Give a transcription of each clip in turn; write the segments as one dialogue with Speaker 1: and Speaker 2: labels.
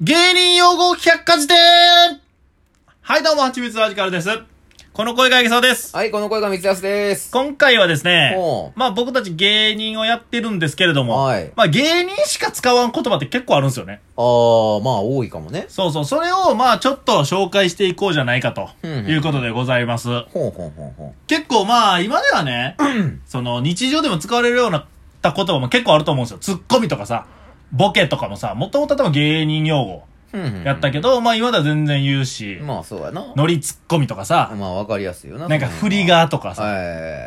Speaker 1: 芸人用語百科事典
Speaker 2: はい、どうも、はちみつラジカルです。この声がいけそうです。
Speaker 3: はい、この声が三つ安です。
Speaker 2: 今回はですね
Speaker 3: ほ、う
Speaker 2: まあ僕たち芸人をやってるんですけれども、
Speaker 3: はい
Speaker 2: まあ芸人しか使わん言葉って結構あるんですよね。
Speaker 3: あー、まあ多いかもね。
Speaker 2: そうそう、それをまあちょっと紹介していこうじゃないかと
Speaker 3: うんうん
Speaker 2: いうことでございます。
Speaker 3: ほんほんほんほん。
Speaker 2: 結構まあ今では ね、その日常でも使われるような言葉も結構あると思うんですよ。ツッコミとかさ、ボケとかもさ、もともと多分芸人用語
Speaker 3: うんうん
Speaker 2: やったけど、まあ今では全然言うし、
Speaker 3: まあそうやな。
Speaker 2: ノリツッコミとかさ、
Speaker 3: まあわかりやすいよな。
Speaker 2: なんか振り。がとかさ、
Speaker 3: は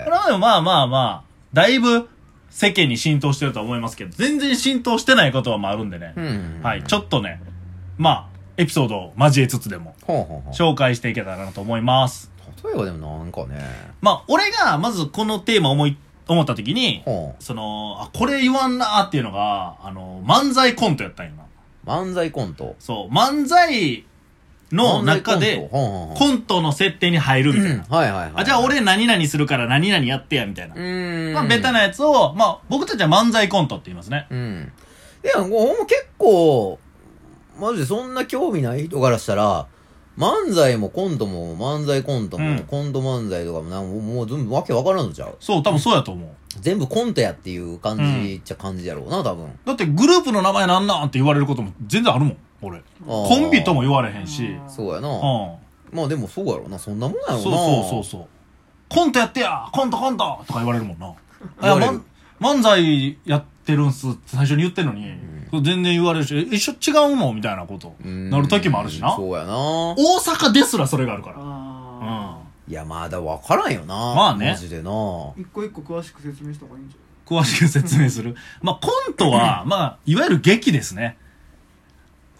Speaker 2: これはでもまあまあまあ、だいぶ世間に浸透してるとは思いますけど、全然浸透してないことはまああるんでね
Speaker 3: い。う。ん。
Speaker 2: はい、。ちょっとね、まあ、エピソードを交えつつでも、
Speaker 3: ほんほんほん。
Speaker 2: 紹介していけたらなと思います。
Speaker 3: 例えばでもなんかね。
Speaker 2: まあ、俺がまずこのテーマ思い、思った時に、
Speaker 3: ほ
Speaker 2: その、あ、これ言わんなーっていうのが、あの、漫才コントやったんよな。
Speaker 3: ん。漫才コント。
Speaker 2: そう、漫才の中で、
Speaker 3: ほんほんほん。
Speaker 2: コントの設定に入るみたいな。
Speaker 3: はいはいはい。
Speaker 2: あ、じゃあ。俺何々するから何々やってや、みたいな
Speaker 3: う。ーん。
Speaker 2: まあ、ベタ。なやつを、まあ、僕たちは漫才コントって言いますね。
Speaker 3: うん。いや、もう結構、マジでそんな興味ない人からしたら、漫才もコントも漫才コントも、
Speaker 2: うん
Speaker 3: コント漫才とかもなんもうもう全部わけわからんのちゃう
Speaker 2: そう、多分そうやと思う。
Speaker 3: 全部コントやっていう感じっちゃ感じやろうな、多分。
Speaker 2: だってグループの名前なんなんって言われることも全然あるもん、俺。コンビとも言われへんし。うん。
Speaker 3: そうやな。
Speaker 2: そ
Speaker 3: まあでもそうやろうな、そんなもんやろ
Speaker 2: う
Speaker 3: な。
Speaker 2: そうそうそう。コントやってやコントコントとか言われるもんな。
Speaker 3: 言わ
Speaker 2: い
Speaker 3: れ
Speaker 2: や、
Speaker 3: る
Speaker 2: ま漫才やってるんすって最初に言ってんのに、全然言われるし、え一緒違うのみたいなこと
Speaker 3: うん
Speaker 2: なる時もあるしな。
Speaker 3: そうやな。
Speaker 2: 大阪ですらそれがあるから。うん
Speaker 4: あ。
Speaker 3: いや、まだわからんよな。
Speaker 2: まあね
Speaker 3: マジでな。
Speaker 4: あ一個一個詳しく説明した方がいいんじゃ
Speaker 2: 詳しく説明する。まあ、コントは、まあ、いわゆる劇ですね。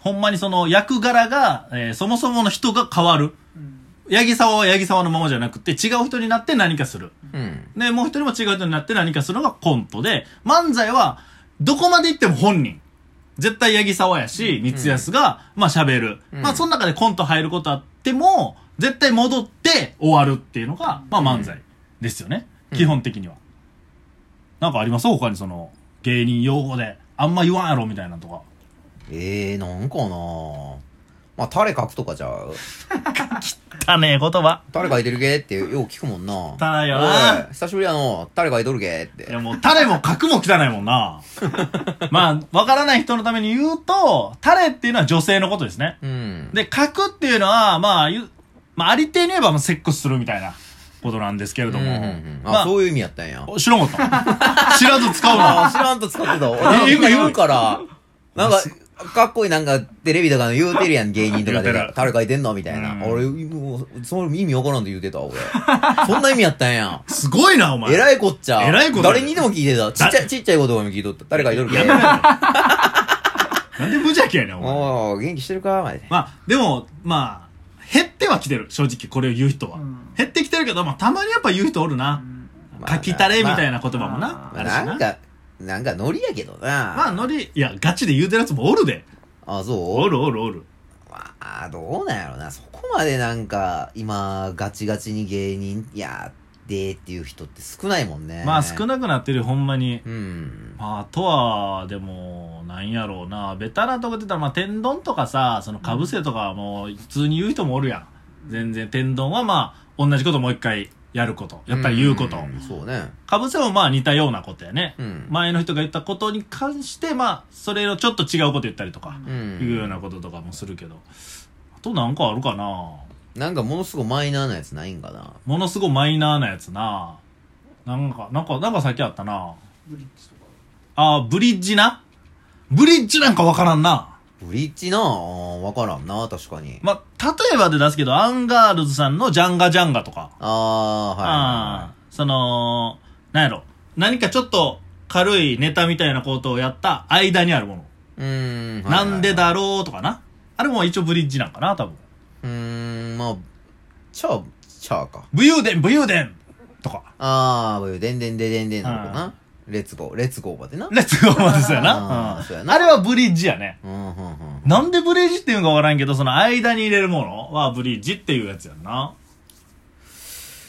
Speaker 2: ほんまにその役柄が、えーそもそもの人が変わる。
Speaker 4: ないうん
Speaker 2: 八木沢は八木沢のままじゃなくて、違う人になって何かする。
Speaker 3: うん。
Speaker 2: で、もう一人も違う人になって何かするのがコントで、漫才は、どこまで行っても本人。絶対八木沢やし、三安が、まあ喋る。
Speaker 3: うん
Speaker 2: まあ、その中でコント入ることあっても、絶対戻って終わるっていうのが、まあ漫才ですよね。
Speaker 3: うん
Speaker 2: 基本的には。なんかあります他にその、芸人用語で、あんま言わんやろみたいなとか。
Speaker 3: ええー、なんかな。まあ、タレ書くとかじゃう
Speaker 2: 汚ねえ言葉。
Speaker 3: 誰書いてるけってよう聞くもんな。
Speaker 2: 汚いよな
Speaker 3: おい久しぶりやの、誰書いとるけって。
Speaker 2: いやもう、タレも角も汚いもん な。まあ、わからない人のために言うと、タレっていうのは女性のことですね。
Speaker 3: うん。
Speaker 2: で、角っていうのは、まあ、ゆまあ、ありていに言えば、まあ、セックスするみたいなことなんですけれど
Speaker 3: うん
Speaker 2: も。
Speaker 3: うんうんあ、
Speaker 2: まあ
Speaker 3: そういう意味やったんや。
Speaker 2: お知らんかった。知らず使う
Speaker 3: あ
Speaker 2: な。
Speaker 3: ー知らんと使って た。俺
Speaker 2: え
Speaker 3: なんか言うから、なんか、かっこいいなんか、テレビとかの言うて るやん、芸人と
Speaker 2: 言
Speaker 3: か
Speaker 2: う
Speaker 3: で
Speaker 2: てる。
Speaker 3: 誰書いてんのみたいな。
Speaker 2: うん
Speaker 3: 俺、もう、その意味わからんと言うてた、俺。そんな意味やったんや。
Speaker 2: すごいな、お前。
Speaker 3: えらいこっちゃ。
Speaker 2: えらいことや
Speaker 3: 誰にでも聞いてた。ちっちゃい、ちっちゃいことでも聞いとった。誰書いとるけ
Speaker 2: やめろよなんで無邪気やねん、お前。
Speaker 3: おー、元気してるかまで。
Speaker 2: まあ、でも、まあ、減ってはきてる、正直、これを言う人は。
Speaker 4: うん
Speaker 2: 減ってきてるけど、まあ、たまにやっぱ言う人おるな。
Speaker 3: まあ
Speaker 2: かきたれみたい
Speaker 3: ま
Speaker 2: な言葉もな。
Speaker 4: ま
Speaker 2: あ
Speaker 3: あ
Speaker 2: るしな
Speaker 3: なんか、なんかノリやけどな。
Speaker 2: まあ、ノリ、いや、ガチで言うてるやつもおるで。
Speaker 3: あ、そう
Speaker 2: おるおるおる。
Speaker 3: まあ、どうなんやろな。そこまでなんか、今、ガチガチに芸人やってっていう人って少ないもんね。
Speaker 2: まあ、少なくなってるよ、ほんまに。
Speaker 3: うん。
Speaker 2: まあ、あとは、でも、なんやろうな。ベタなとこ出たら、まあ、天丼とかさ、その、かぶせとかはもう、普通に言う人もおるやん。全然、天丼はまあ、同じこともう一回やること。やっぱり言うこと。
Speaker 3: んそうね。
Speaker 2: かぶせもまあ、似たようなことやね
Speaker 3: う。ん。
Speaker 2: 前の人が言ったことに関して、まあ、それをちょっと違うこと言ったりとか、
Speaker 3: う。
Speaker 2: いうようんなこととかもするけど。あとなんかあるかな。
Speaker 3: なんかものすごいマイナーなやつないんかな。
Speaker 2: ものすごいマイナーなやつな。なんか、なんか、なんか先あったな。
Speaker 4: ブリッジとか
Speaker 2: あー、ブリッジなブリッジなんかわからんな。
Speaker 3: ブリッジなあーわからんな、確かに。
Speaker 2: まあ、例えばで出すけど、アンガールズさんのジャンガジャンガとか。
Speaker 3: ああ、はい
Speaker 2: あーその、なんやろ。何かちょっと軽いネタみたいなことをやった間にあるもの。。
Speaker 3: うーん。はいはい
Speaker 2: なんでだろうとかな。あれも一応ブリッジなんかな、多分。
Speaker 3: うーん、まあ、ちゃう、ちゃうか。
Speaker 2: 武勇伝、武勇伝とか。
Speaker 3: ああ、でんでんででんでんの子な。レッツゴー、レッツゴーまでな。
Speaker 2: レッツゴーまでそうや
Speaker 3: あー
Speaker 2: な。
Speaker 3: そう
Speaker 2: う
Speaker 3: や
Speaker 2: ん。
Speaker 3: な
Speaker 2: あれはブリッジやね。
Speaker 3: うん、うん、うん。
Speaker 2: なんでブリッジっていうのかわからんけど、その間に入れるものはブリッジっていうやつやんな。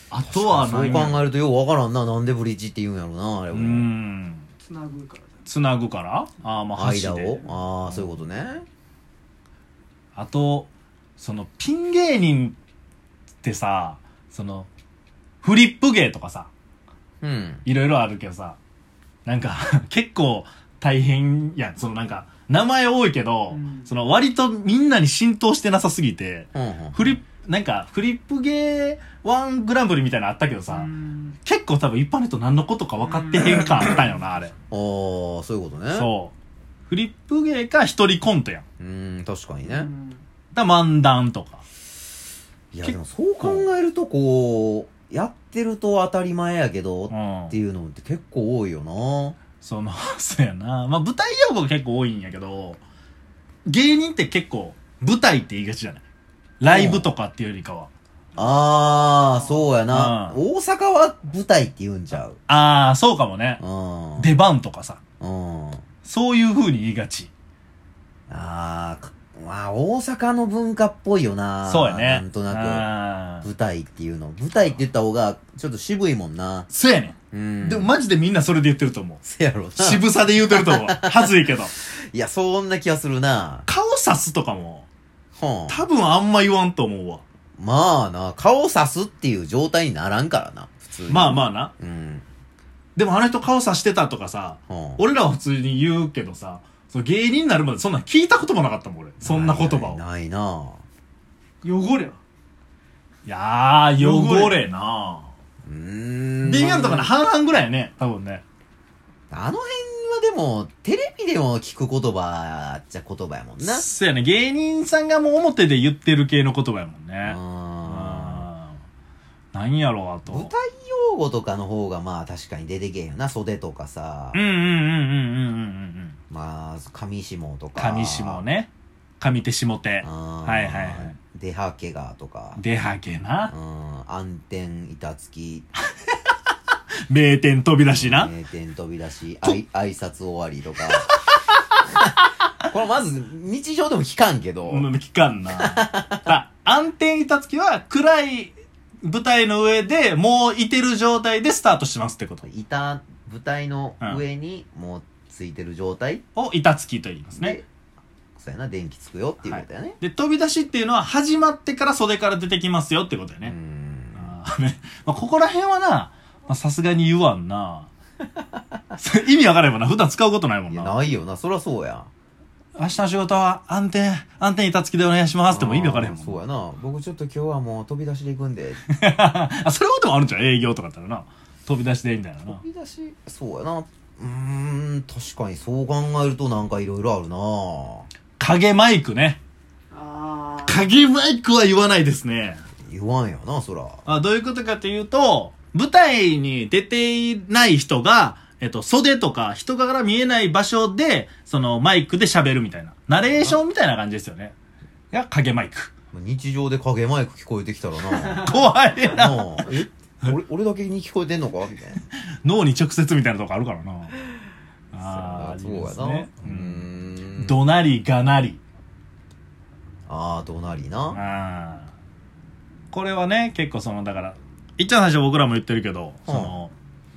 Speaker 2: あとは
Speaker 3: そう
Speaker 2: 何
Speaker 3: 考
Speaker 2: や
Speaker 3: えるとようわからんな。なんでブリッジって言うんやろな、あれ
Speaker 2: う
Speaker 3: も。
Speaker 2: ん。
Speaker 4: つなぐからじゃ
Speaker 2: つなぐからああ、まあ、
Speaker 3: 間
Speaker 2: 橋で
Speaker 3: を。ああ、そういうことね。
Speaker 2: あと、その、ピン芸人ってさ、その、フリップ芸とかさ、
Speaker 3: うん。
Speaker 2: いろいろあるけどさ、なんか、 結構大変やん。そのなんか、名前多いけど、
Speaker 4: うん
Speaker 2: その割とみんなに浸透してなさすぎて、
Speaker 3: うんうん。
Speaker 2: フリップ、なんか、フリップ芸ワングランプリみたいなのあったけどさ、
Speaker 4: うん
Speaker 2: 結構多分一般の人何のことか分かってへん感あったんよな、あれ。
Speaker 3: あー、そういうことね。
Speaker 2: そう。フリップ芸か一人コントやん。
Speaker 3: う。ん、確かに
Speaker 4: う
Speaker 3: ね。
Speaker 4: ん
Speaker 2: だから漫談とか。
Speaker 3: いや、
Speaker 2: 結
Speaker 3: でもそう考えると、こう、やってると当たり前やけど
Speaker 2: う、ん
Speaker 3: って。いうのって結構多いよな。
Speaker 2: その、 そうやな。まあ舞台用語が結構多いんやけど、芸人って結構舞台って言いがちじゃないライブとかっていうよりかは。
Speaker 3: あー、そうやな。
Speaker 2: う
Speaker 3: 大阪は舞台って言うんちゃう。
Speaker 2: ああ、そうかもね。
Speaker 3: うん。
Speaker 2: 出番とかさ。
Speaker 3: うん。
Speaker 2: そういう風に言いがち。
Speaker 3: あーか、まあ、大阪の文化っぽいよな。
Speaker 2: そうやね。
Speaker 3: なんとな
Speaker 2: な
Speaker 3: く。舞台っていうの。舞台って言った方が、ちょっと渋いもんな。
Speaker 2: そうやね
Speaker 3: うん。
Speaker 2: ん。でも、マジでみんなそれで言ってると思う。
Speaker 3: せやろな。
Speaker 2: 渋さで言うてると 思う。はずいけど。
Speaker 3: いや、そんな気がするな。
Speaker 2: 顔さすとかも、
Speaker 3: ほん。
Speaker 2: 多分あんま言わんと思うわ。
Speaker 3: まあな、顔さすっていう状態にならんからな、普通に。
Speaker 2: まあまあな。
Speaker 3: あ。うん。
Speaker 2: でもあの人顔さしてたとかさ、
Speaker 3: ほん
Speaker 2: 俺らは普通に言うけどさ、その芸人になるまでそんなん聞いたこともなかったもん俺。そんな言葉を。
Speaker 3: ないな。
Speaker 4: 汚れはい
Speaker 2: やー、汚れな
Speaker 3: うーん。
Speaker 2: ビビアンとかの半々ぐらいやね、多分ね。
Speaker 3: あの辺はでも、テレビでも聞く言葉っちゃ言葉やもんな。
Speaker 2: そうやね、芸人さんがもう表で言ってる系の言葉やもんね。
Speaker 3: あ
Speaker 2: うんなんやろう、あ
Speaker 3: ー舞
Speaker 2: と。
Speaker 3: 台用語とかの方がまあ確かに出てけえよな。袖とかさ
Speaker 2: うん、うんうんうんうんうんうん。
Speaker 3: まあ、上下とか。
Speaker 2: 上下。ね。上手下手。は
Speaker 3: はい
Speaker 2: はいはい。
Speaker 3: 出はけがとか。
Speaker 2: 出はけ
Speaker 3: う
Speaker 2: な。
Speaker 3: ん、暗転、板つき、
Speaker 2: 名店飛び出しな。
Speaker 3: 名店飛び出し、あい挨拶終わり とか。これまず、日常でも聞かんけど。
Speaker 2: うん、聞かんな。あ、暗転板つきは暗い舞台の上でもういてる状態でスタートしますってこと
Speaker 3: 板、舞台の上にもうついてる状態
Speaker 2: を板つきと言いますね
Speaker 3: で。、そうやな、電気つくよっていうことやね。
Speaker 2: で、飛び出しっていうのは始まってから袖から出てきますよってことだよ
Speaker 3: うー
Speaker 2: ね。
Speaker 3: ん
Speaker 2: あーねまあ、ここら辺はな、まあさすがに言わんな。 意味わからへんもんな。普段使うことないもん
Speaker 3: いや、
Speaker 2: な。
Speaker 3: ないよな、そりゃそうや。
Speaker 2: 明日の仕事は安定、安定板つきでお願いしますっても意味わからへんもん
Speaker 3: そう
Speaker 2: な。
Speaker 3: やな。僕ちょっと今日はもう飛び出しで行くんで。
Speaker 2: あ、それはでもあるんじゃん。営業とかだったらな。飛び出しでいいんだよな。
Speaker 3: 飛び出し、そうやな。うーん、確かにそう考えるとなんかいろいろあるな
Speaker 2: 影マイクね。
Speaker 4: あー
Speaker 2: 影マイクは言わないですね。
Speaker 3: 言わんよな、そら。
Speaker 2: あどういうことかというと、舞台に出ていない人が、えっと、袖とか人から見えない場所で、そのマイクで喋るみたいな。ナレーションみたいな感じですよね。が、影マイ ク。
Speaker 3: 日常で影マイク聞こえてきたらな
Speaker 2: 怖いな。
Speaker 3: なあ え俺俺だけに聞こえてんのかみたいな
Speaker 2: 脳に直接みたいなとこあるからな。ああ、
Speaker 3: そうや
Speaker 2: あります
Speaker 3: な、
Speaker 2: ね
Speaker 3: うー
Speaker 2: うん。
Speaker 3: ん
Speaker 2: 怒鳴り、がなり。
Speaker 3: ああどなりな
Speaker 2: ああこれはね結構そのだからいっちゃん最初僕らも言ってるけど、その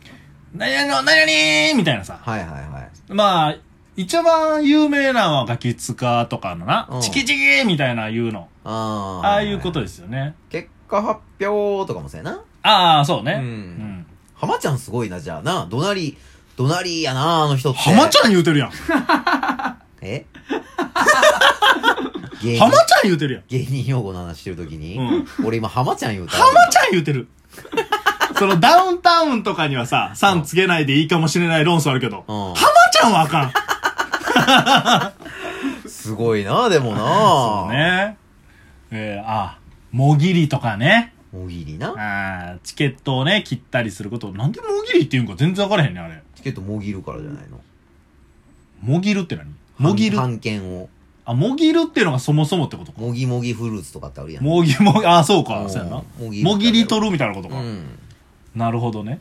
Speaker 2: 「何々の何々!」みたいなさ
Speaker 3: はいはいはい
Speaker 2: まあ一番有名なのはガキツカとかのな「
Speaker 3: うん
Speaker 2: チキチキ!」みたいな言うの
Speaker 3: ああ
Speaker 2: ああいうこと
Speaker 3: で
Speaker 2: ですよね
Speaker 3: 結果発表とかもそうやな
Speaker 2: ああそうね
Speaker 3: うん
Speaker 2: うん
Speaker 3: 浜ちゃんすごいなじゃあなどなりどなりやなあの人って
Speaker 2: 浜ちゃん言うてるや ん
Speaker 3: え 芸人
Speaker 2: 浜ちゃん言うてるやん
Speaker 3: 芸人用語の話してるときに、
Speaker 2: う
Speaker 3: 俺今浜ちゃん言うた
Speaker 2: 浜ちゃん言うてる そのダウンタウンとかにはさ「さんつけないでいいかもしれない論争あるけど、
Speaker 3: うん
Speaker 2: 浜ちゃんはあかん
Speaker 3: すごいなでもな
Speaker 2: そうね。えー、あ、もぎりとかね。
Speaker 3: おぎりな
Speaker 2: あーチケットをね、切ったりすること。なんでもぎりって言うんか全然わからへんね、あれ。
Speaker 3: チケットもぎるからじゃないの
Speaker 2: もぎるって何もぎる。
Speaker 3: 半券を
Speaker 2: あ、もぎるっていうのがそもそもってことか。
Speaker 3: もぎもぎフルーツとかってあるやん。
Speaker 2: もぎもぎ、あー、そう
Speaker 3: う
Speaker 2: か。
Speaker 3: ん
Speaker 2: そうやな。
Speaker 3: もぎ
Speaker 2: もぎり取るみたいなこと
Speaker 3: う
Speaker 2: か。
Speaker 3: ん。
Speaker 2: なるほどね。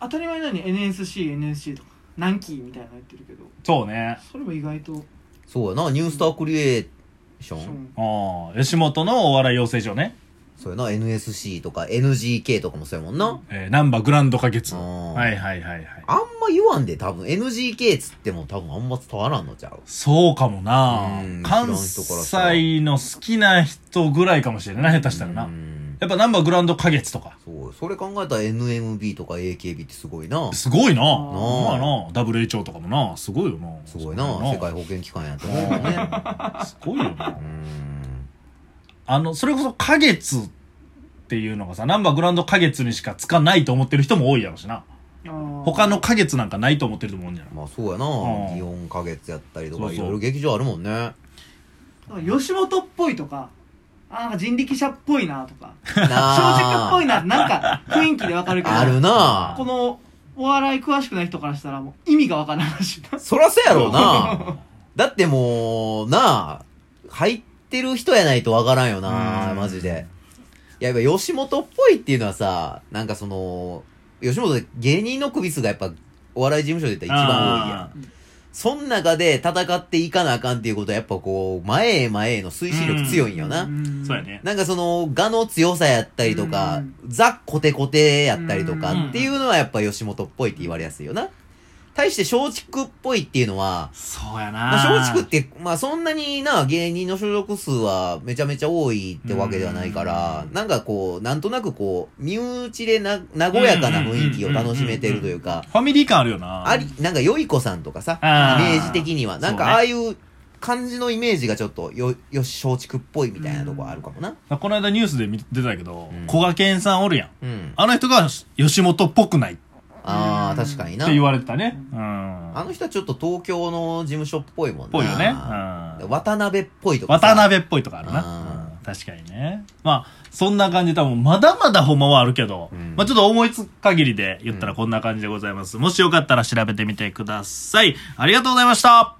Speaker 4: 当たり前なのに NSC、NSC とかナンキーみたいなの言ってるけど
Speaker 2: そうね。
Speaker 4: それも意外と
Speaker 3: そうやな、ニュースタークリエーショ
Speaker 4: そう
Speaker 3: ン。
Speaker 2: あー吉本のお笑い養成所ね。
Speaker 3: そうやな、NSC とか NGK とかもそうやもんな。
Speaker 2: えー、ナンバーグランド花月。
Speaker 3: あー
Speaker 2: はいはいはいはい。
Speaker 3: あんま言わんで多分 NGK っつっても多分あんま伝わらんのちゃう
Speaker 2: そうかもな
Speaker 3: うん
Speaker 2: 関西の好きな人ぐらいかもしれないな、下手したらな
Speaker 3: う。ん
Speaker 2: やっぱナンバーグランド花月とか。
Speaker 3: そう、それ考えたら NMB とか AKB ってすごいな。
Speaker 2: すごいな
Speaker 4: ー
Speaker 2: まあな WHO とかもなすごいよな
Speaker 3: すごいな、世界保健機関やと思うよ ね。
Speaker 2: すごいよな
Speaker 3: うーん。
Speaker 2: あの、それこそ、花月っていうのがさ、ナンバーグランド花月にしかつかないと思ってる人も多いやろしな。他
Speaker 4: 他
Speaker 2: の花月なんかないと思ってると思うんじゃない
Speaker 3: まあそうやな、
Speaker 2: ん
Speaker 3: 祇園花月やったりと
Speaker 2: そうそう
Speaker 3: か、いろいろ劇場あるもんね。
Speaker 4: 吉本っぽいとかあなんか人力車っぽいなとか
Speaker 3: 正
Speaker 4: 小直っぽいななんか雰囲気でわかるけど
Speaker 3: あるな
Speaker 4: このお笑い詳しくない人からしたらもう意味がわからないし
Speaker 3: そらそうやろ うな。だってもう、なあ、入ってる人やないとわからんよな、
Speaker 2: うん
Speaker 3: マジで。いや、やっぱ吉本っぽいっていうのはさ、なんかその、吉本で芸人の首数がやっぱ、お笑い事務所で言ったら一番多いやん。
Speaker 2: あー
Speaker 3: そん中で戦っていかなあかんっていうことはやっぱこう、前へ前への推進力強いんよな。
Speaker 2: そうやね。
Speaker 3: なんかその、画の強さやったりとか、
Speaker 4: うん
Speaker 3: ザ・コテコテやったりとか、
Speaker 2: うん
Speaker 3: っていうのはやっぱ吉本っぽいって言われやすいよな。対して松竹っぽいっていうのは、
Speaker 2: そうや
Speaker 3: ま
Speaker 2: な
Speaker 3: あ、松竹って、まあそんなにな、芸人の所属数はめちゃめちゃ多いってわけではないから
Speaker 2: う、ん
Speaker 3: なんかこう、なんとなくこう、身内でな、和やかな雰囲気を楽しめてるというか、
Speaker 2: ファミリー感あるよな。
Speaker 3: あり、なんか、よい子さんとかさ、イ
Speaker 2: あー
Speaker 3: メージ的には。なんか、ああいう感じのイメージがちょっと、よ、よし、松竹っぽいみたいなとこあるかもな。
Speaker 2: この間ニュースで見出たけど
Speaker 3: うん、
Speaker 2: 小賀健さんおるやん。
Speaker 3: うん。
Speaker 2: あの人が吉本っぽくないっ
Speaker 3: ああ、確かにな
Speaker 2: て。言われてたね。うん。
Speaker 3: あ
Speaker 2: っ
Speaker 3: の人はちょっと東京の事務所っぽいもんな。
Speaker 2: ぽいよね。うん
Speaker 3: 渡辺っぽいとかさ。
Speaker 2: 渡辺っぽいとかあるな。うん確かにね。まあ、そんな感じで多分、まだまだほんまはあるけど、
Speaker 3: うん
Speaker 2: まあちょっと思いつく限りで言ったらこんな感じでございます。もしよかったら調べてみてください。ありがとうございました